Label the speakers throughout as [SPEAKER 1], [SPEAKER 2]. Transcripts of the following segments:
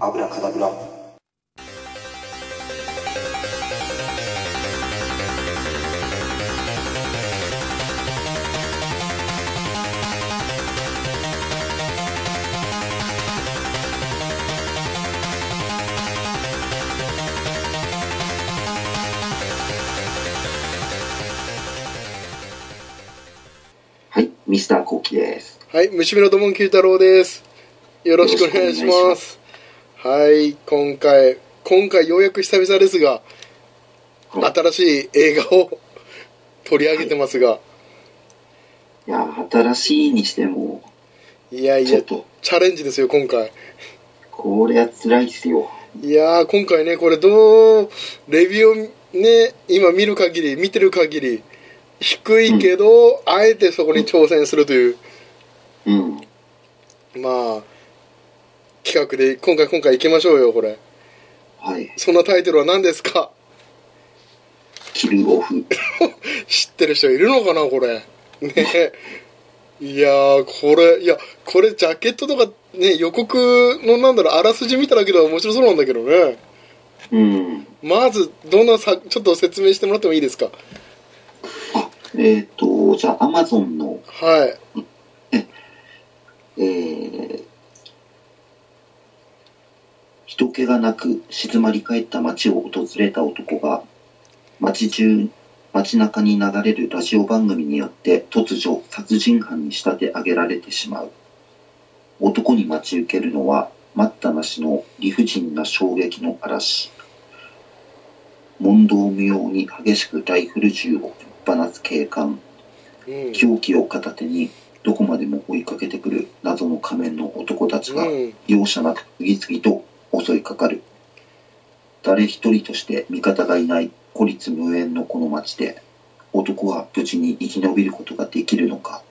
[SPEAKER 1] アブラカダブラはいミスターコウキです
[SPEAKER 2] はい、虫目のドモンキュー太郎です。よろしくお願いし
[SPEAKER 1] よ
[SPEAKER 2] ま
[SPEAKER 1] ろ
[SPEAKER 2] す。はい、今回、今回ようやく久々ですが、新しい映画を 取り上げてますが、
[SPEAKER 1] いや新しいにしても
[SPEAKER 2] いやい
[SPEAKER 1] ちょ
[SPEAKER 2] や
[SPEAKER 1] っ、と
[SPEAKER 2] チャレンジですよ、今回。
[SPEAKER 1] これは辛いっすよ
[SPEAKER 2] いやー、今回ね、これどう、レビューをね、今見る限り、見てる限り、低いけど、あえてそこに挑戦するという、
[SPEAKER 1] うん
[SPEAKER 2] まあ、企画で、今回今回行きましょうよ、これ。
[SPEAKER 1] はい
[SPEAKER 2] そのタイトルは何ですか
[SPEAKER 1] キルオフ
[SPEAKER 2] 知ってる人いるのかなこれねいやーこれいやこれジャケットとかね予告のなんだろうあらすじ見ただけでは面白そうなんだけどね
[SPEAKER 1] うん
[SPEAKER 2] まずどんなさちょっと説明してもらってもいいですか
[SPEAKER 1] あえっ、とじゃあアマゾンの
[SPEAKER 2] はい
[SPEAKER 1] えー人気がなく静まり返った街を訪れた男が街中街中に流れるラジオ番組によって突如殺人犯に仕立て上げられてしまう男に待ち受けるのは待ったなしの理不尽な衝撃の嵐問答無用に激しくライフル銃をぶっ放す警官
[SPEAKER 2] うん
[SPEAKER 1] 狂気を片手にどこまでも追いかけてくる謎の仮面の男たちが
[SPEAKER 2] うん
[SPEAKER 1] 容赦なく次々と襲いかかる誰一人として味方がいない孤立無縁のこの町で男は無事に生き延びることができるのか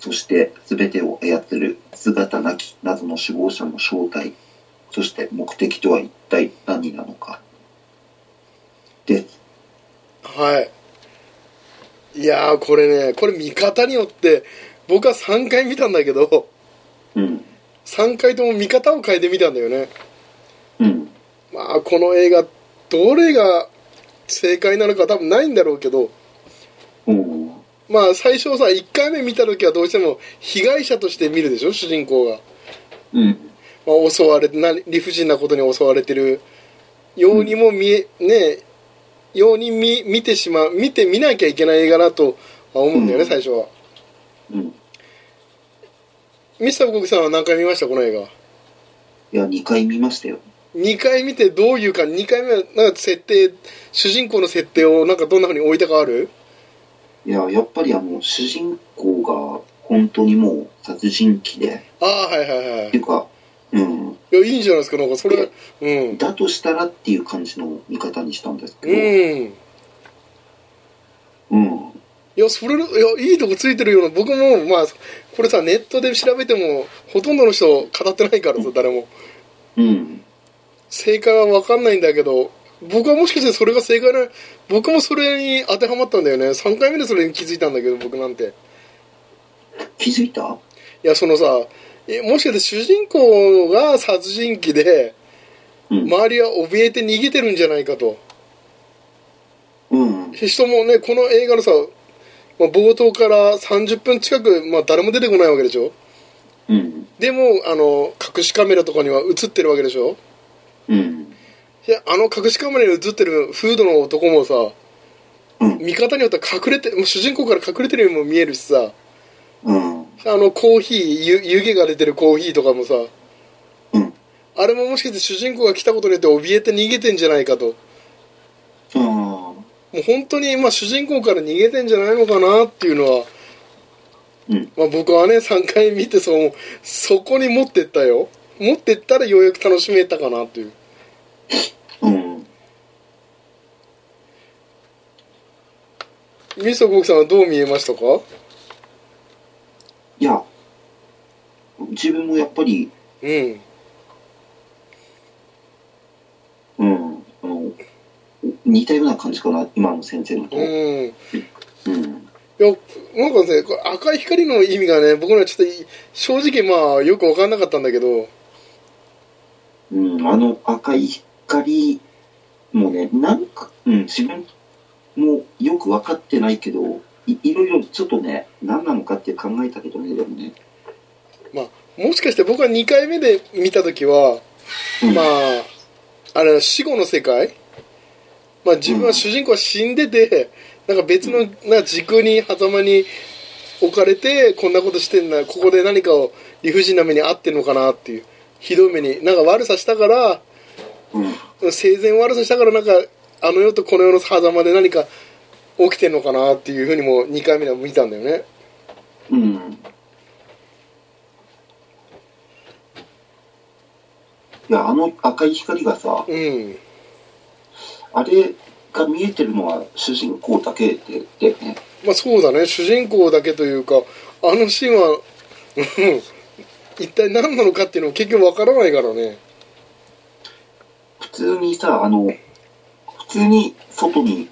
[SPEAKER 1] そして全てを操る姿なき謎の首謀者の正体そして目的とは一体何なのかです
[SPEAKER 2] はいいやーこれねこれ見方によって僕は3回見たんだけど
[SPEAKER 1] うん
[SPEAKER 2] 3回とも見方を変えてみたんだよね
[SPEAKER 1] うん
[SPEAKER 2] まあこの映画どれが正解なのか多分ないんだろうけど
[SPEAKER 1] うん
[SPEAKER 2] まあ最初さ1回目見た時はどうしても被害者として見るでしょ主人公が、
[SPEAKER 1] うん
[SPEAKER 2] まあ、襲われてな理不尽なことに襲われてるようにも見え、ねえように見見てしまう見て見なきゃいけない映画だとは思うんだよね、
[SPEAKER 1] うん
[SPEAKER 2] 最初は
[SPEAKER 1] うん
[SPEAKER 2] ミスター国さんは何回見ましたこの映画
[SPEAKER 1] いや2回見ましたよ
[SPEAKER 2] 2回見てどういうか2回目はなんか設定主人公の設定をなんかどんなふうに置いたかある
[SPEAKER 1] いや、やっぱりあの、主人公が本当にもう殺人鬼で、
[SPEAKER 2] ああはいはいはい
[SPEAKER 1] っていうか、うん、
[SPEAKER 2] いやいいんじゃないですかなんかそれうん
[SPEAKER 1] だとしたらっていう感じの見方にしたんですけ
[SPEAKER 2] うん
[SPEAKER 1] ど、うん、
[SPEAKER 2] いや、それ、いや、いいとこついてるような、僕も、まあ、これさ、ネットで調べても、ほとんどの人語ってないからさ、誰も。
[SPEAKER 1] うん、
[SPEAKER 2] 正解はわかんないんだけど、僕はもしかしてそれが正解な、僕もそれに当てはまったんだよね。3回目でそれに気づいたんだけど、僕なんて。
[SPEAKER 1] 気づいた
[SPEAKER 2] いや、そのさ、えもしかして主人公が殺人鬼で、
[SPEAKER 1] うん、
[SPEAKER 2] 周りは怯えて逃げてるんじゃないかと。
[SPEAKER 1] うん、
[SPEAKER 2] 人もね、この映画のさ、まあ、冒頭から30分近く、まあ、誰も出てこないわけでしょ
[SPEAKER 1] うん、
[SPEAKER 2] でもあの隠しカメラとかには映ってるわけでしょ
[SPEAKER 1] うん、
[SPEAKER 2] いやあの隠しカメラに映ってるフードの男もさ
[SPEAKER 1] うん、
[SPEAKER 2] 見方によっては隠れてもう主人公から隠れてるようにも見えるしさ
[SPEAKER 1] うん、
[SPEAKER 2] あのコーヒー湯湯気が出てるコーヒーとかもさ
[SPEAKER 1] うん、
[SPEAKER 2] あれももしかして主人公が来たことによって怯えて逃げてんじゃないかと
[SPEAKER 1] ああ、
[SPEAKER 2] もう本当に、まあ、主人公から逃げてんじゃないのかなっていうのは、
[SPEAKER 1] うん、
[SPEAKER 2] まあ、僕はね3回見てそう思うそこに持ってったよ持ってったらようやく楽しめたかなという
[SPEAKER 1] うん。
[SPEAKER 2] ミストコクさんはどう見えましたか
[SPEAKER 1] いや、自分もやっぱり、
[SPEAKER 2] うん
[SPEAKER 1] うん、あの、似たような感じかな、今の先生のと。
[SPEAKER 2] うん、い
[SPEAKER 1] うん、
[SPEAKER 2] やなんかねこれ赤い光の意味がね僕にはちょっとい正直まあよく分かんなかったんだけど
[SPEAKER 1] うん、あの赤い光もね、なんか、うん、自分もよく分かってないけど、いいろいろちょっとね、何なのかって考えたけどね、でもね。
[SPEAKER 2] もしかして僕は2回目で見た時は
[SPEAKER 1] うん
[SPEAKER 2] まああれ死後の世界まあ自分
[SPEAKER 1] う
[SPEAKER 2] は
[SPEAKER 1] ん
[SPEAKER 2] 主人公は死んでてなんか別のなんか時空に狭間に置かれてこんなことしてんなここで何かを理不尽な目に遭ってんのかなっていうひどい目になんか悪さしたから
[SPEAKER 1] うん、
[SPEAKER 2] 生前悪さしたからなんかあの世とこの世の狭間で何か起きてんのかなっていうふうにも2回目では見たんだよね
[SPEAKER 1] うん。いや、あの赤い光がさ、
[SPEAKER 2] うん
[SPEAKER 1] あれが見えてるのは主人公だけで、だよね。
[SPEAKER 2] まあそうだね主人公だけというかあのシーンはうん一体何なのかっていうのも結局わからないからね
[SPEAKER 1] 普通にさ、あの、普通に外に、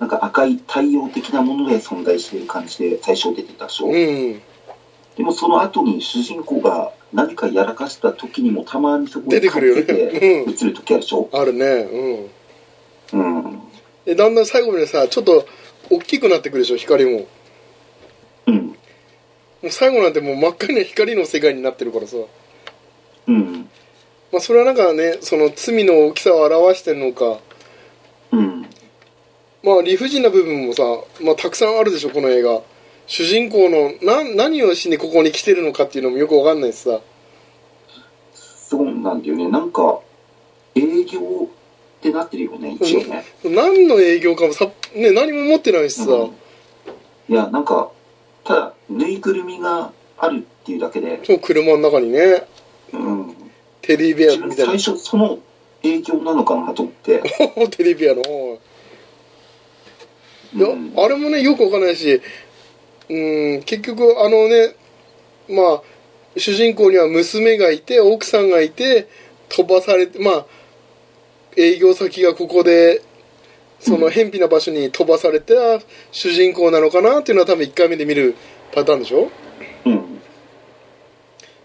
[SPEAKER 1] なんか赤い太陽的なもので存在してる感じで最初出てたでしょ、
[SPEAKER 2] うん
[SPEAKER 1] でもその後に主人公が何かやらかした時にもたまにそこ
[SPEAKER 2] 出
[SPEAKER 1] に
[SPEAKER 2] てくるよね
[SPEAKER 1] て
[SPEAKER 2] うん
[SPEAKER 1] 映る時あるでしょ
[SPEAKER 2] あるねうん
[SPEAKER 1] うん。
[SPEAKER 2] でだんだん最後までさちょっと大きくなってくるでしょ光もも
[SPEAKER 1] うん。
[SPEAKER 2] う最後なんてもう真っ赤な光の世界になってるからさ
[SPEAKER 1] うん。
[SPEAKER 2] まあそれはなんかねその罪の大きさを表してんのか
[SPEAKER 1] うん。
[SPEAKER 2] まあ理不尽な部分もさ、まあ、たくさんあるでしょこの映画主人公のな何をしにここに来てるのかっていうのもよくわかんないしさ
[SPEAKER 1] そうなんだよね。なんか、営業ってなってるよね、一応ね。
[SPEAKER 2] 何の営業かもさ、ね、何も持ってないしさ、
[SPEAKER 1] うんいや、なんか、ただ、ぬいぐるみがあるっていうだけで、
[SPEAKER 2] そう車の中にね
[SPEAKER 1] うん。
[SPEAKER 2] テディベア
[SPEAKER 1] 自
[SPEAKER 2] み
[SPEAKER 1] 分
[SPEAKER 2] たいな
[SPEAKER 1] 最初その影響なのかなと思って、
[SPEAKER 2] テディベアのお いいや、
[SPEAKER 1] うん
[SPEAKER 2] あれもねよくわかんないしうん結局あのねまあ主人公には娘がいて奥さんがいて飛ばされてまあ営業先がここでその偏僻な場所に飛ばされた主人公なのかなっていうのは多分1回目で見るパターンでしょ
[SPEAKER 1] うん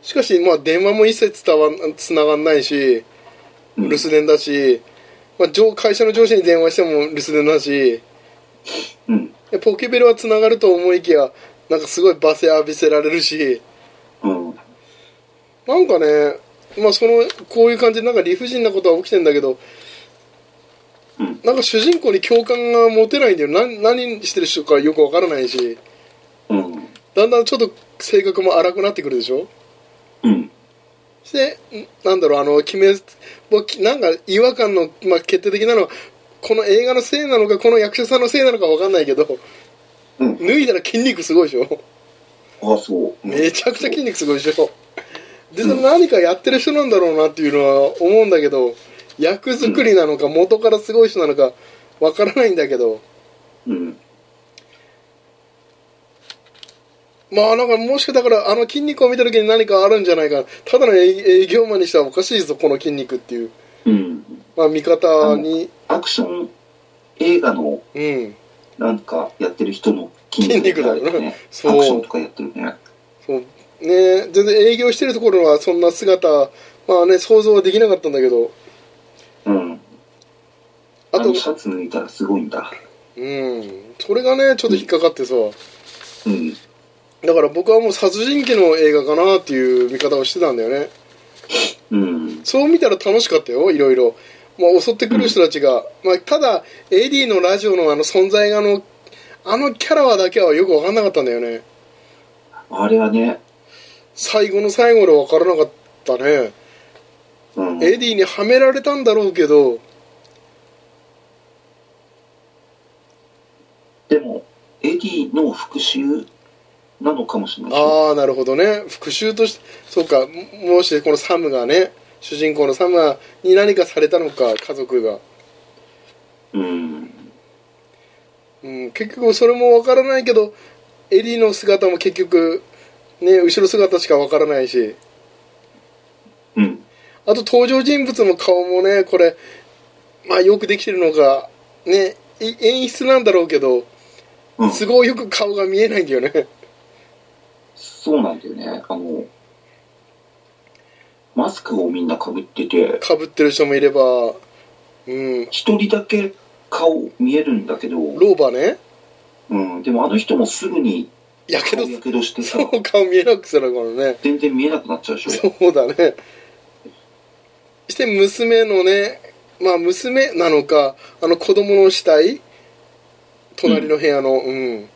[SPEAKER 2] しかし、まあ、電話も一切伝わんつながんないし
[SPEAKER 1] うん
[SPEAKER 2] 留守電だし、まあ、上会社の上司に電話しても留守電だし
[SPEAKER 1] うん
[SPEAKER 2] でポケベルはつながると思いきやなんかすごい罵声浴びせられるし
[SPEAKER 1] うん
[SPEAKER 2] なんかね、まあ、そのこういう感じでなんか理不尽なことは起きてんだけど
[SPEAKER 1] うん
[SPEAKER 2] なんか主人公に共感が持てないんだよ何何してる人かよくわからないし
[SPEAKER 1] うん
[SPEAKER 2] だんだんちょっと性格も荒くなってくるでしょ
[SPEAKER 1] うん
[SPEAKER 2] で、んなんだろう、あの、決め、僕きなんか違和感の、まあ、決定的なのは、この映画のせいなのか、この役者さんのせいなのかわかんないけど、
[SPEAKER 1] うん
[SPEAKER 2] 脱いだら筋肉すごいでしょ。
[SPEAKER 1] ああそううん
[SPEAKER 2] めちゃくちゃ筋肉すごいでしょ。で、その何かやってる人なんだろうなっていうのは思うんだけど、役作りなのか、元からすごい人なのか、わからないんだけど、
[SPEAKER 1] うん
[SPEAKER 2] まあなんかもしかだからあの筋肉を見た時に何かあるんじゃないかただの営営業マンにしてはおかしいぞこの筋肉っていう、
[SPEAKER 1] うん
[SPEAKER 2] まあ、見方に
[SPEAKER 1] アクション映画の
[SPEAKER 2] うん
[SPEAKER 1] なんかやってる人の筋
[SPEAKER 2] 筋肉
[SPEAKER 1] 肉
[SPEAKER 2] だ
[SPEAKER 1] だ
[SPEAKER 2] よね
[SPEAKER 1] よね
[SPEAKER 2] そう
[SPEAKER 1] アクションとかやってるね
[SPEAKER 2] そうね全然営業してるところはそんな姿まあね想像はできなかったんだけど
[SPEAKER 1] うん
[SPEAKER 2] あ
[SPEAKER 1] あ
[SPEAKER 2] と
[SPEAKER 1] とシャツ脱いだらすごいんだ
[SPEAKER 2] うんそれがねちょっと引っかかってさ
[SPEAKER 1] うん
[SPEAKER 2] だから僕はもう殺人鬼の映画かなっていう見方をしてたんだよね
[SPEAKER 1] うん
[SPEAKER 2] そう見たら楽しかったよいろいろ、まあ、襲ってくる人たちが、まあ、ただエディのラジオのあの存在があのあのキャラはだけはよく分かんなかったんだよね
[SPEAKER 1] あれはね
[SPEAKER 2] 最後の最後で分からなかったね
[SPEAKER 1] うん
[SPEAKER 2] エディにはめられたんだろうけど
[SPEAKER 1] でもエディの復讐なのかもしれない
[SPEAKER 2] ああなるほどね復讐としてそうかももしこのサムがね主人公のサムがに何かされたのか家族が、
[SPEAKER 1] うん
[SPEAKER 2] うん、結局それもわからないけどエリーの姿も結局ね後ろ姿しかわからないし
[SPEAKER 1] うん
[SPEAKER 2] あと登場人物の顔もねこれまあよくできてるのがねい演出なんだろうけど
[SPEAKER 1] うん
[SPEAKER 2] 都合よく顔が見えないんだよね
[SPEAKER 1] そうなんだよね。あの、マスクをみんなかぶってて、
[SPEAKER 2] かぶってる人もいればうん
[SPEAKER 1] 一人だけ顔見えるんだけど、
[SPEAKER 2] 老婆ね
[SPEAKER 1] うん、でもあの人もすぐに
[SPEAKER 2] やけど
[SPEAKER 1] 顔やけどしてさ、
[SPEAKER 2] そう顔見えなくするからね
[SPEAKER 1] 全然見えなくなっちゃうでしょ。
[SPEAKER 2] そうだねして娘のねまあ娘なのかあの子供の死体隣の部屋のうん、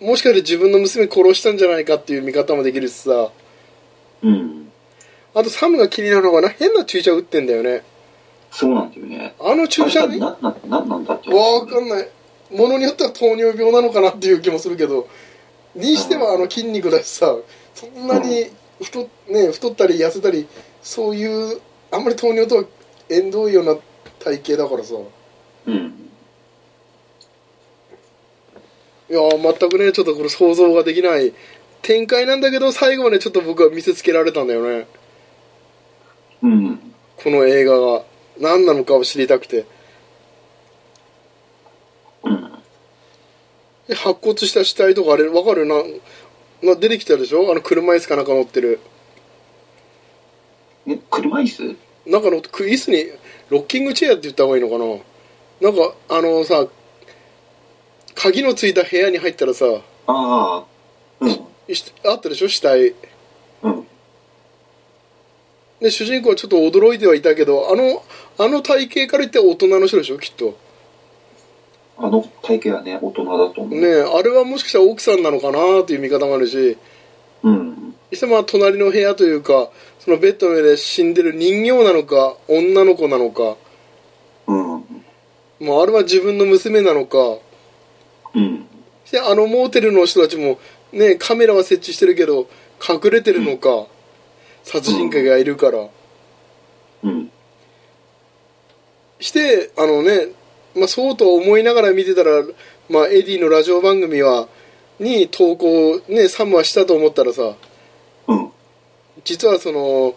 [SPEAKER 2] もしかして自分の娘殺したんじゃないかっていう見方もできるしさ
[SPEAKER 1] うん。
[SPEAKER 2] あとサムが気になるのがな変な注射打ってんだよね
[SPEAKER 1] そうなんだよね。
[SPEAKER 2] あの注射
[SPEAKER 1] あれ
[SPEAKER 2] に
[SPEAKER 1] なななんなんだって
[SPEAKER 2] わかんないものによっては糖尿病なのかなっていう気もするけどにしてはあの筋肉だしさそんなに太,、ね、太ったり痩せたりそういうあんまり糖尿とは縁遠いような体型だからさい
[SPEAKER 1] うん。
[SPEAKER 2] やー全くねちょっとこれ想像ができない展開なんだけど最後までちょっと僕は見せつけられたんだよね
[SPEAKER 1] うん。
[SPEAKER 2] この映画が何なのかを知りたくて
[SPEAKER 1] うん。
[SPEAKER 2] で白骨した死体とかあれわかるなな出てきたでしょあの車椅子かなんか乗ってる
[SPEAKER 1] え、車椅子
[SPEAKER 2] なんかのクイズにロッキングチェアって言った方がいいのかななんかあのさ鍵のついた部屋に入ったらさ
[SPEAKER 1] ああ。うん。
[SPEAKER 2] しあったでしょ死体
[SPEAKER 1] うん。
[SPEAKER 2] で主人公はちょっと驚いてはいたけどあのあの体型から言って大人の人でしょきっと
[SPEAKER 1] あの体型はね、大人だと思う。
[SPEAKER 2] ねえあれはもしかしたら奥さんなのかなっていう見方もあるし
[SPEAKER 1] うん。
[SPEAKER 2] そしてまあ隣の部屋というかそのベッドの上で死んでる人形なのか女の子なのか、
[SPEAKER 1] うん。
[SPEAKER 2] まあ、あれは自分の娘なのか
[SPEAKER 1] うん。
[SPEAKER 2] であのモーテルの人たちもねカメラは設置してるけど隠れてるのか、殺人鬼がいるから、
[SPEAKER 1] うん。
[SPEAKER 2] してあのね、まあ、そうとは思いながら見てたら、まあ、エディのラジオ番組はに投稿ねサムはしたと思ったらさ
[SPEAKER 1] うん。
[SPEAKER 2] 実はその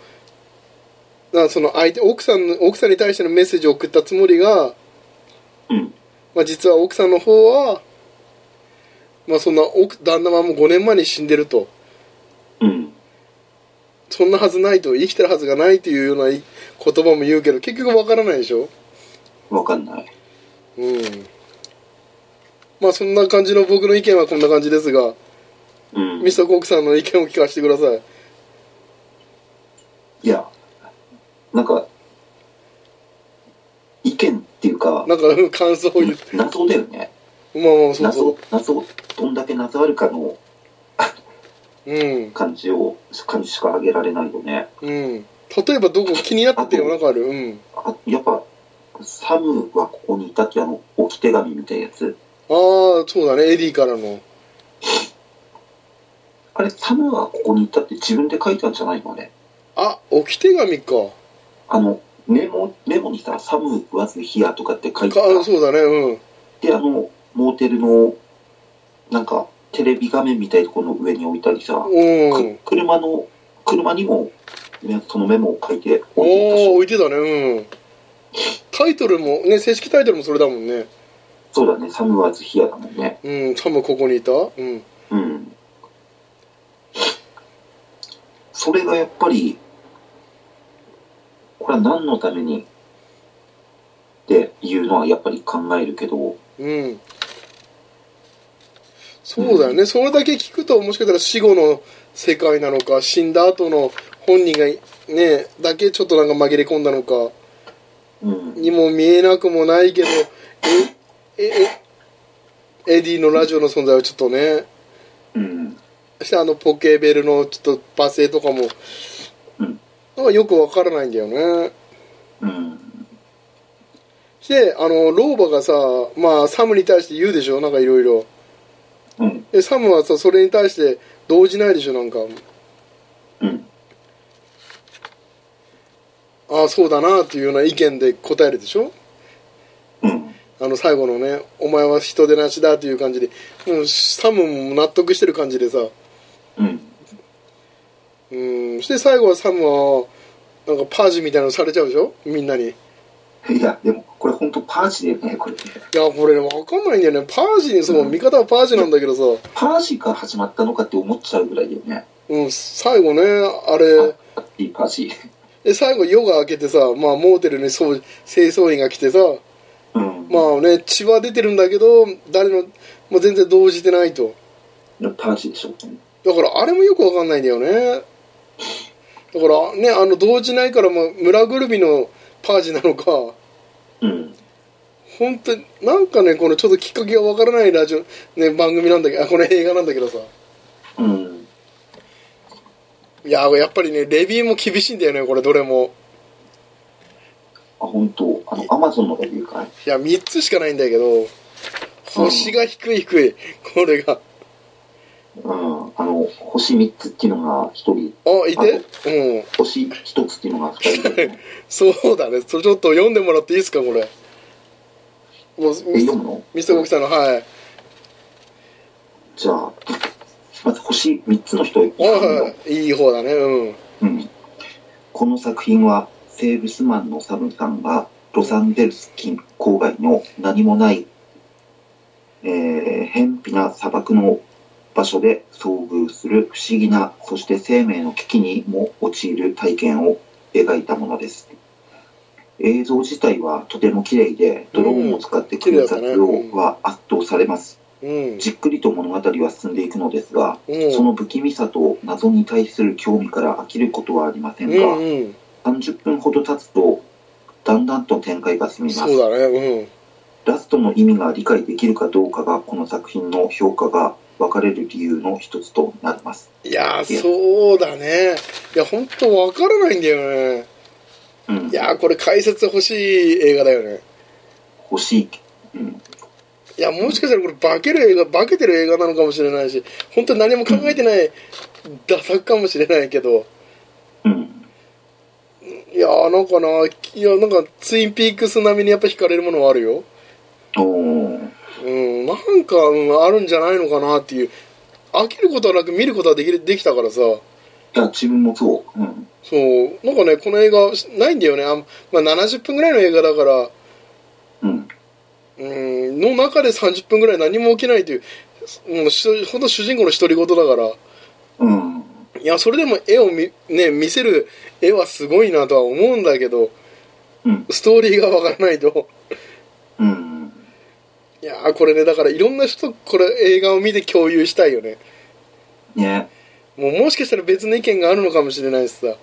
[SPEAKER 2] なその相手奥さんの奥さんに対してのメッセージを送ったつもりが、
[SPEAKER 1] うん。
[SPEAKER 2] まあ、実は奥さんの方は、まあ、そんな奥旦那はもう5年前に死んでると。
[SPEAKER 1] うん。
[SPEAKER 2] そんなはずないと生きてるはずがないというような言葉も言うけど結局わからないでしょ
[SPEAKER 1] わかんない。
[SPEAKER 2] うんまあそんな感じの僕の意見はこんな感じですが
[SPEAKER 1] うん。
[SPEAKER 2] ミスターコークさんの意見を聞かせてください
[SPEAKER 1] いや、なんか、意見っていうか、
[SPEAKER 2] なんかうん感想を言って
[SPEAKER 1] 謎だよね。
[SPEAKER 2] まあまあそうそ
[SPEAKER 1] 謎、謎、どんだけ謎あるかの
[SPEAKER 2] ううん
[SPEAKER 1] 感じを、感じしか上げられないよね。
[SPEAKER 2] うん例えばどこ気になってるなんかあるうん
[SPEAKER 1] あやっぱ、サムはここにいたってあの、置き手紙みたいなやつ。
[SPEAKER 2] ああそうだねエディからの
[SPEAKER 1] あれ、サムはここにいたって自分で書いたんじゃないのね。
[SPEAKER 2] あ置き手紙か
[SPEAKER 1] あの、メモ、メモにさ、サム食わずヒアとかって書いて
[SPEAKER 2] かあ
[SPEAKER 1] た。
[SPEAKER 2] そうだねうん
[SPEAKER 1] で、あの、モーテルの、なんか、テレビ画面みたいなところの上に置いたりさ、
[SPEAKER 2] う
[SPEAKER 1] く
[SPEAKER 2] ん
[SPEAKER 1] 車の車にもねそのメモを書いて
[SPEAKER 2] ああ
[SPEAKER 1] 置いてたし
[SPEAKER 2] 置いてたねうんタイトルもね正式タイトルもそれだもんね
[SPEAKER 1] そうだねサムワーズヒアだもんね
[SPEAKER 2] うん、サムここにいたうん。
[SPEAKER 1] うんそれがやっぱりこれは何のためにっていうのはやっぱり考えるけど
[SPEAKER 2] うん。そうだよね、それだけ聞くと、もしかしたら死後の世界なのか、死んだ後の本人がね、だけちょっとなんか紛れ込んだのか、
[SPEAKER 1] うん
[SPEAKER 2] にも見えなくもないけど、え、え、え、エディのラジオの存在はちょっとね、
[SPEAKER 1] うん
[SPEAKER 2] そしてあのポケベルのちょっと罵声とかも、
[SPEAKER 1] うん
[SPEAKER 2] なんかよくわからないんだよね。
[SPEAKER 1] うん
[SPEAKER 2] で、あの、老婆がさ、まあ、サムに対して言うでしょなんかいろいろ。
[SPEAKER 1] うん
[SPEAKER 2] えサムはさそれに対して動じないでしょなんか
[SPEAKER 1] うん
[SPEAKER 2] ああそうだなっていうような意見で答えるでしょ
[SPEAKER 1] うん
[SPEAKER 2] あの最後のね「お前は人でなしだ」っていう感じでもうサムも納得してる感じでさ
[SPEAKER 1] うん
[SPEAKER 2] うんして最後はサムはなんかパージみたいなのされちゃうでしょみんなにい
[SPEAKER 1] いやでもこれ本当パージだよねこ れ
[SPEAKER 2] やこれねわかんないんだよねパージにそう、見方はパージなんだけどさ
[SPEAKER 1] パージから始まったのかって思っちゃうぐらいだよね
[SPEAKER 2] うん、最後ねあれ
[SPEAKER 1] いい歌詞。
[SPEAKER 2] え最後夜が明けてさ、まあ、モーテルにそう清掃員が来てさ
[SPEAKER 1] うん。
[SPEAKER 2] まあね血は出てるんだけど誰のもう全然動じてないと
[SPEAKER 1] 魂でしょうね。
[SPEAKER 2] だからあれもよくわかんないんだよねだからねあの動じないからもう村ぐるみのパージなのか
[SPEAKER 1] うん。
[SPEAKER 2] 本当になんかねこのちょっときっかけがわからないラジオ、ね、番組なんだけどあこの映画なんだけどさ
[SPEAKER 1] うん。
[SPEAKER 2] いややっぱりねレビューも厳しいんだよねこれどれも
[SPEAKER 1] あ、本当あの、アマゾンのレビューかい
[SPEAKER 2] いや3つしかないんだけど星が低い低いこれが
[SPEAKER 1] うん。あの、星3つっていうのが1人、
[SPEAKER 2] あいてうん
[SPEAKER 1] 星1つっていうのが2人 で、
[SPEAKER 2] そうだねそれちょっと読んでもらっていいですかこれもう
[SPEAKER 1] え、読むの
[SPEAKER 2] ミスゴキさんのはい
[SPEAKER 1] じゃあ、まず星3つの人い
[SPEAKER 2] はいはいいい方だねうん
[SPEAKER 1] うん、この作品はセールスマンのサムさんがロサンゼルス近郊外の何もない、えー、偏僻な砂漠の場所で遭遇する不思議なそして生命の危機にも陥る体験を描いたものです映像自体はとても綺麗でドローンを使って組み立てようは圧倒されます、
[SPEAKER 2] うん
[SPEAKER 1] じっくりと物語は進んでいくのですが
[SPEAKER 2] うん
[SPEAKER 1] その不気味さと謎に対する興味から飽きることはありません
[SPEAKER 2] う
[SPEAKER 1] が、
[SPEAKER 2] ん
[SPEAKER 1] 30分ほど経つとだんだんと展開が進
[SPEAKER 2] うん
[SPEAKER 1] みま
[SPEAKER 2] そう
[SPEAKER 1] す
[SPEAKER 2] だね
[SPEAKER 1] ラストの意味が理解できるかどうかがこの作品の評価が分かれる理由の一つとなります
[SPEAKER 2] うんいやーそうだねいや本当わからないんだよね
[SPEAKER 1] うん
[SPEAKER 2] いやーこれ解説欲しい映画だよね
[SPEAKER 1] 欲しい、うん、
[SPEAKER 2] いやもしかしたらこれ化ける映画化けてる映画なのかもしれないし本当に何も考えてない打作かもしれないけど
[SPEAKER 1] うん、
[SPEAKER 2] いやーなんかないやなんかツインピークス並みにやっぱ惹かれるものはあるよ
[SPEAKER 1] おー
[SPEAKER 2] うんなんか、うん、あるんじゃないのかなっていう飽きることはなく見ることはできるできたからさ
[SPEAKER 1] いや自分もそう、うん、
[SPEAKER 2] そうなんかねこの映画しないんだよねあん、まあ、70分ぐらいの映画だから
[SPEAKER 1] うん、
[SPEAKER 2] うんの中で30分ぐらい何も起きないというもうしほんと主人公の独り言だから
[SPEAKER 1] うん、
[SPEAKER 2] いやそれでも絵を見,、ね、見せる絵はすごいなとは思うんだけど
[SPEAKER 1] うん、
[SPEAKER 2] ストーリーがわからないと
[SPEAKER 1] うん、
[SPEAKER 2] いやーこれねだからいろんな人これ映画を見て共有したいよね
[SPEAKER 1] ね、
[SPEAKER 2] もうもしかしたら別の意見があるのかもしれないしさ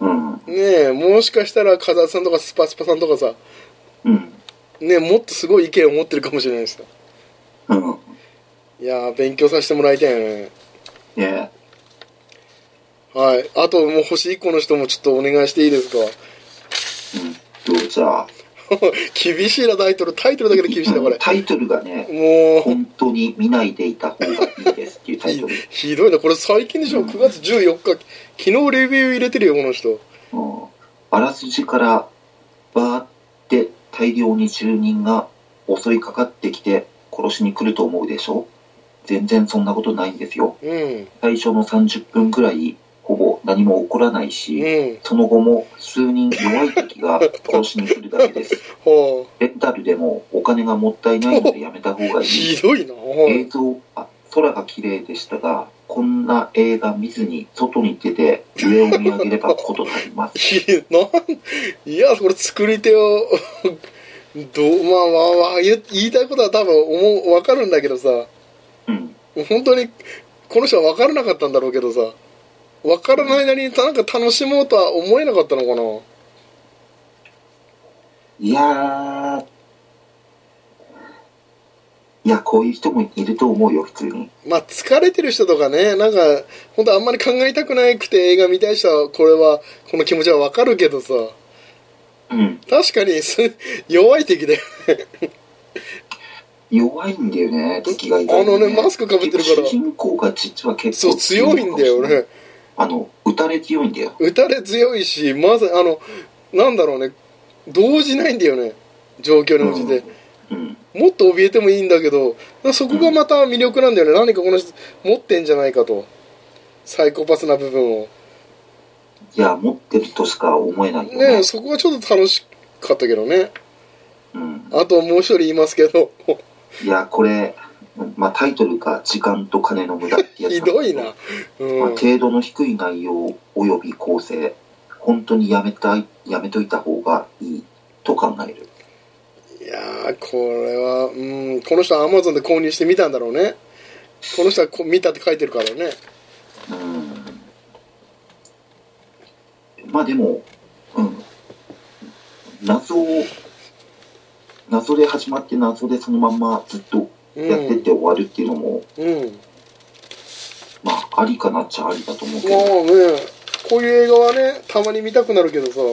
[SPEAKER 1] うん、
[SPEAKER 2] ねえもしかしたら風間さんとかスパスパさんとかさ
[SPEAKER 1] うん、
[SPEAKER 2] ねえもっとすごい意見を持ってるかもしれないしさ
[SPEAKER 1] うん、
[SPEAKER 2] いやー勉強させてもらいたいよね
[SPEAKER 1] ね、
[SPEAKER 2] はいあともう星1個の人もちょっとお願いしていいですか
[SPEAKER 1] う んと、じゃあ、
[SPEAKER 2] 厳しいなタイトルタイトルだけで厳しいなこれ
[SPEAKER 1] タイトルがね、
[SPEAKER 2] もう
[SPEAKER 1] 本当に見ないでいた方がいいですっていうタイトル。
[SPEAKER 2] ひどいなこれ最近でしょ9月14日昨日レビュー入れてるよこの人
[SPEAKER 1] うんあらすじからバーって大量に住人が襲いかかってきて殺しに来ると思うでしょ全然そんなことないんですよ。
[SPEAKER 2] うん
[SPEAKER 1] 最初の30分くらいほぼ何も起こらないうし、
[SPEAKER 2] ん
[SPEAKER 1] その後も数人弱い敵が殺しに来るだけです。
[SPEAKER 2] は
[SPEAKER 1] レンタルでもお金がもったいないのでやめた方が
[SPEAKER 2] あ
[SPEAKER 1] いい。
[SPEAKER 2] ひどいなは
[SPEAKER 1] 映
[SPEAKER 2] い
[SPEAKER 1] 像あ空が綺麗でしたがこんな映画見ずに外に出て上を見上げればこと足り ます
[SPEAKER 2] ひ なんいやこれ作り手を どうまあまあまあ言言いたいことは多分思う分かるんだけどさ
[SPEAKER 1] うん
[SPEAKER 2] 本当にこの人は分からなかったんだろうけどさ分からないなりになんか楽しもうとは思えなかったのかない
[SPEAKER 1] やーいやこういう人もいると思うよ普通に
[SPEAKER 2] まあ疲れてる人とかねなんか本当あんまり考えたくなくて映画見たい人はこれはこの気持ちは分かるけどさ
[SPEAKER 1] うん
[SPEAKER 2] 確かにす 弱い敵だよね
[SPEAKER 1] 弱いんだよね敵がいたり
[SPEAKER 2] あのねマスクかぶってるから
[SPEAKER 1] 主人公が実は結
[SPEAKER 2] そ
[SPEAKER 1] 構
[SPEAKER 2] う強いんだよね
[SPEAKER 1] あの打たれ強いんだよ
[SPEAKER 2] 打たれ強いしまずあのなんだろうね動じないんだよね状況に応じて、
[SPEAKER 1] うん
[SPEAKER 2] もっと怯えてもいいんだけどそこがまた魅力なんだよね、何かこの人持ってんじゃないかとサイコパスな部分を
[SPEAKER 1] いや持ってるとしか思えないよ
[SPEAKER 2] ね
[SPEAKER 1] ね
[SPEAKER 2] えそこがちょっと楽しかったけどね
[SPEAKER 1] うん
[SPEAKER 2] あともう一人いますけど
[SPEAKER 1] いやこれまあ、タイトルが「時間と金の無駄」ってやつ
[SPEAKER 2] ひどいな、うん
[SPEAKER 1] まあ、程度の低い内容および構成本当にやめたいやめといた方がいいと考える
[SPEAKER 2] いやーこれは、うん、この人はアマゾンで購入してみたんだろうねこの人はこ見たって書いてるからね
[SPEAKER 1] うんまあでも、うん、謎を謎で始まって謎でそのまんまずっとやってって終わるっていうのも、
[SPEAKER 2] うん
[SPEAKER 1] まあありかなっちゃありだと思うけ
[SPEAKER 2] まあ
[SPEAKER 1] ど、
[SPEAKER 2] ねこういう映画はねたまに見たくなるけどさい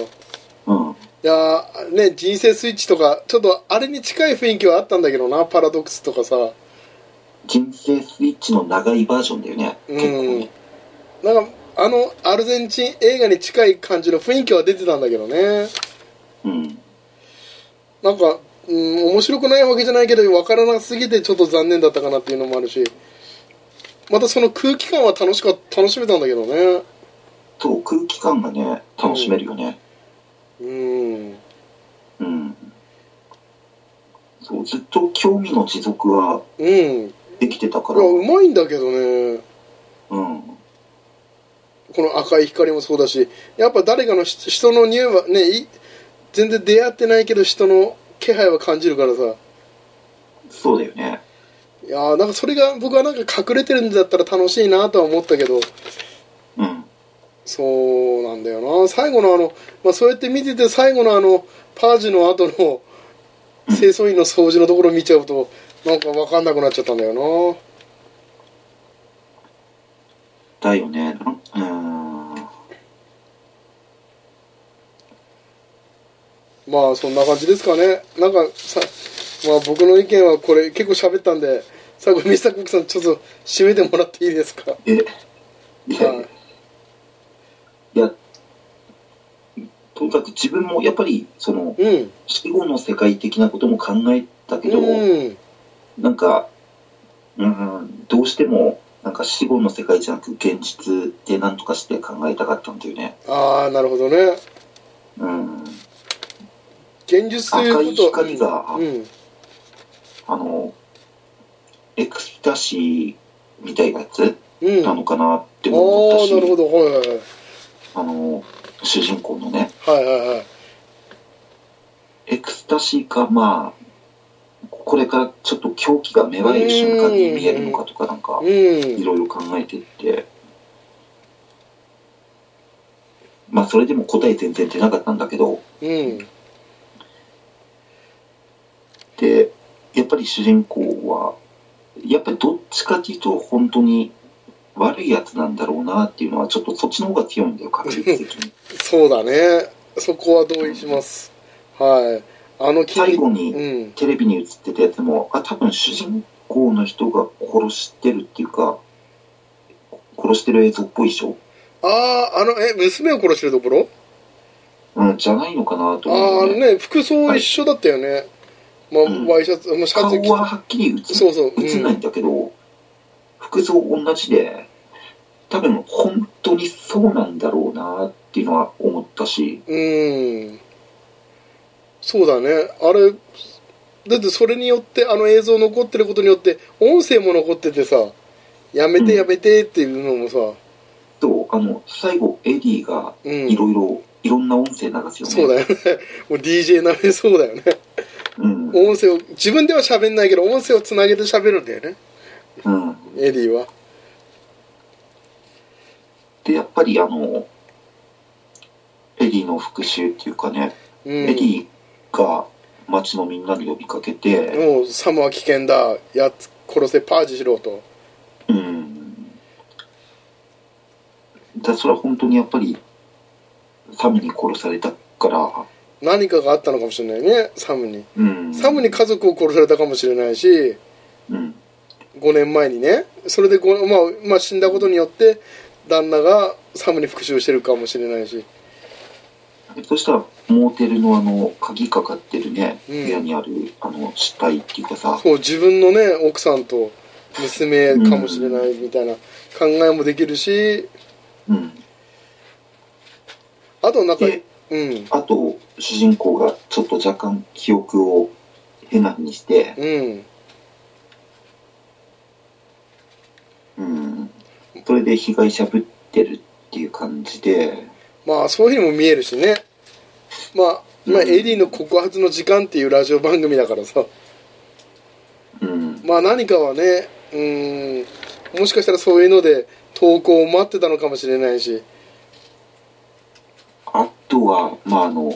[SPEAKER 1] うん、
[SPEAKER 2] やーね人生スイッチとかちょっとあれに近い雰囲気はあったんだけどなパラドックスとかさ
[SPEAKER 1] 人生スイッチの長いバージョンだよね、
[SPEAKER 2] う
[SPEAKER 1] 結構
[SPEAKER 2] ん
[SPEAKER 1] ね
[SPEAKER 2] なんかあのアルゼンチン映画に近い感じの雰囲気は出てたんだけどね
[SPEAKER 1] うん
[SPEAKER 2] なんか、うん、面白くないわけじゃないけど分からなすぎてちょっと残念だったかなっていうのもあるしまたその空気感は楽しか楽しめたんだけどね
[SPEAKER 1] そう空気感がね楽しめるよね
[SPEAKER 2] うん
[SPEAKER 1] うん、そうずっと興味の持続は
[SPEAKER 2] うんい
[SPEAKER 1] できてたから
[SPEAKER 2] やうまいんだけどね
[SPEAKER 1] うん
[SPEAKER 2] この赤い光もそうだしやっぱ誰かのし人の匂いはねい全然出会ってないけど人の気配は感じるからさ
[SPEAKER 1] そうだよね
[SPEAKER 2] いやーなんかそれが僕はなんか隠れてるんだったら楽しいなとは思ったけど
[SPEAKER 1] うん
[SPEAKER 2] そうなんだよな最後のあの、まあ、そうやって見てて最後のあのパージの後の清掃員の掃除のところ見ちゃうとなんか分かんなくなっちゃったんだよな
[SPEAKER 1] だよねなんうん
[SPEAKER 2] まあそんな感じですかねなんかさ、まあ、僕の意見はこれ結構喋ったんで最後ミスタークックさんちょっと締めてもらっていいですか
[SPEAKER 1] えいや、
[SPEAKER 2] はい
[SPEAKER 1] い、やとにかく自分もやっぱりその
[SPEAKER 2] うん
[SPEAKER 1] 死後の世界的なことも考えたけど、
[SPEAKER 2] うん
[SPEAKER 1] なんか、うん、どうしても、なんか死後の世界じゃなく現実で何とかして考えたかったんだよね。
[SPEAKER 2] ああなるほどね
[SPEAKER 1] うん。
[SPEAKER 2] 現実ということ
[SPEAKER 1] 赤い光が
[SPEAKER 2] うん
[SPEAKER 1] あの、エクスタシーみたいなやつ
[SPEAKER 2] うん、うん、
[SPEAKER 1] な
[SPEAKER 2] ああ
[SPEAKER 1] のかなって
[SPEAKER 2] ー
[SPEAKER 1] 思ったし、
[SPEAKER 2] なるほどはいはいはい
[SPEAKER 1] あの、主人公のね、
[SPEAKER 2] はいはいはい
[SPEAKER 1] エクスタシーか、まあ、これからちょっと狂気が芽生える瞬間に見えるのかとかなんか、
[SPEAKER 2] うん
[SPEAKER 1] いろいろ考えてって、まあそれでも答え全然出なかったんだけど、
[SPEAKER 2] うん
[SPEAKER 1] でやっぱり主人公はやっぱりどっちかっていうと本当に悪いやつなんだろうなっていうのはちょっとそっちの方が強いんだよ確率的に
[SPEAKER 2] そうだねそこは同意します、はいあの筋
[SPEAKER 1] 最後
[SPEAKER 2] う
[SPEAKER 1] に
[SPEAKER 2] ん
[SPEAKER 1] テレビに映ってたやつもあ多分主人公の人が殺してるっていうか殺してる映像っぽいでしょ、
[SPEAKER 2] あああのえ娘を殺してるところ
[SPEAKER 1] うん、じゃないのかなと
[SPEAKER 2] あ
[SPEAKER 1] 思
[SPEAKER 2] ああ
[SPEAKER 1] うよ
[SPEAKER 2] の
[SPEAKER 1] ね
[SPEAKER 2] ね服装一緒だったよね、
[SPEAKER 1] うん
[SPEAKER 2] まあ、ワイシャツ、まあ、シャ
[SPEAKER 1] 顔
[SPEAKER 2] ツ着
[SPEAKER 1] ははっきり映
[SPEAKER 2] そうそう、うん、
[SPEAKER 1] 映んないんだけど、服装同じで多分本当にそうなんだろうなっていうのは思ったし
[SPEAKER 2] うんそうだねあれだってそれによってあの映像残ってることによって音声も残っててさやめて
[SPEAKER 1] うん
[SPEAKER 2] やめてっていうのもさ、
[SPEAKER 1] とあの最後エディが
[SPEAKER 2] うん
[SPEAKER 1] いろいろいろんな音声流すよね
[SPEAKER 2] そうだよね もう DJ なめそうだよね
[SPEAKER 1] うん、う
[SPEAKER 2] 音声を自分では喋んないけど音声をつなげて喋るんだよね
[SPEAKER 1] ん、
[SPEAKER 2] エディは
[SPEAKER 1] でやっぱりあのエディの復讐っていうかね、
[SPEAKER 2] うん
[SPEAKER 1] エディが街のみんなに呼びかけて
[SPEAKER 2] もうサムは危険だやっつ殺せパージしろと
[SPEAKER 1] うんだそれは本当にやっぱりサムに殺されたから
[SPEAKER 2] 何かがあったのかもしれないねサムに
[SPEAKER 1] うん
[SPEAKER 2] サムに家族を殺されたかもしれないし
[SPEAKER 1] うん
[SPEAKER 2] 5年前にねそれでご、まあ、まあ死んだことによって旦那がサムに復讐してるかもしれないし
[SPEAKER 1] そしたらモーテルのあの鍵かかってるね、
[SPEAKER 2] うん
[SPEAKER 1] 部屋にあるあの死体っていうかさ
[SPEAKER 2] そう自分のね奥さんと娘かもしれないみたいな考えもできるし
[SPEAKER 1] うん
[SPEAKER 2] あとなんか
[SPEAKER 1] で
[SPEAKER 2] うん
[SPEAKER 1] あと、主人公がちょっと若干記憶を変な風にして、
[SPEAKER 2] うん
[SPEAKER 1] それで被害者ぶってるっていう感じで、
[SPEAKER 2] まあそういうふうにも見えるしねまあ、まあ、
[SPEAKER 1] うん
[SPEAKER 2] エディの告発の時間っていうラジオ番組だからさ
[SPEAKER 1] うん、
[SPEAKER 2] まあ何かはねうーんもしかしたらそういうので投稿を待ってたのかもしれないし
[SPEAKER 1] あとは、まあ、あの、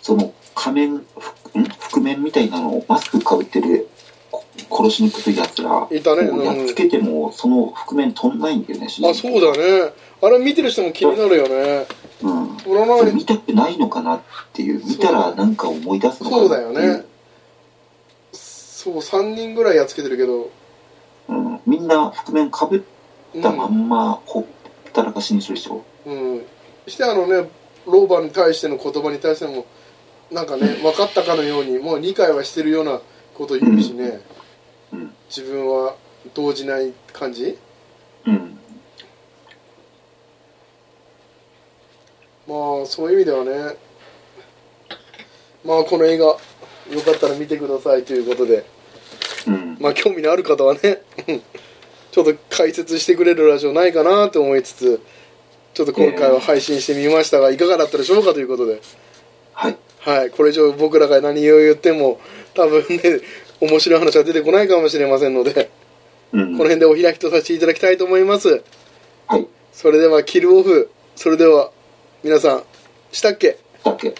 [SPEAKER 1] その仮面、ふん覆面みたいなのをマスクかぶってるこ殺しにくいやつらを
[SPEAKER 2] いたねうん
[SPEAKER 1] やっつけても、その覆面飛んないんだよね、
[SPEAKER 2] あそうだねあれ見てる人も気になるよね
[SPEAKER 1] う。うん。
[SPEAKER 2] 俺ら
[SPEAKER 1] そ
[SPEAKER 2] な
[SPEAKER 1] れ
[SPEAKER 2] い
[SPEAKER 1] 見たくないのかなっていう、見たらなんか思い出すのかな
[SPEAKER 2] そ
[SPEAKER 1] って
[SPEAKER 2] うだ
[SPEAKER 1] い
[SPEAKER 2] よねそう3人ぐらいやっつけてるけど、
[SPEAKER 1] うん、みんな覆面かぶったま
[SPEAKER 2] うん
[SPEAKER 1] ま、ほったらかしにする人。
[SPEAKER 2] んうん、してあのね老婆に対しての言葉に対してもなんかね分かったかのようにもう理解はしてるようなこと言うしね、
[SPEAKER 1] うん。
[SPEAKER 2] 自分は動じない感じ
[SPEAKER 1] うん。
[SPEAKER 2] まあそういう意味ではねまあこの映画よかったら見てくださいということで
[SPEAKER 1] うん。
[SPEAKER 2] まあ興味のある方はね ちょっと解説してくれるラジオないかなと思いつつちょっと今回は配信してみましたがいかがだったでしょうかということで
[SPEAKER 1] はい。
[SPEAKER 2] はいこれ以上僕らが何を言っても多分ね面白い話は出てこないかもしれませんので
[SPEAKER 1] うん。
[SPEAKER 2] この辺でお開きとさせていただきたいと思います
[SPEAKER 1] はい。
[SPEAKER 2] それではキルオフそれでは皆さんしたっけ
[SPEAKER 1] だっけ。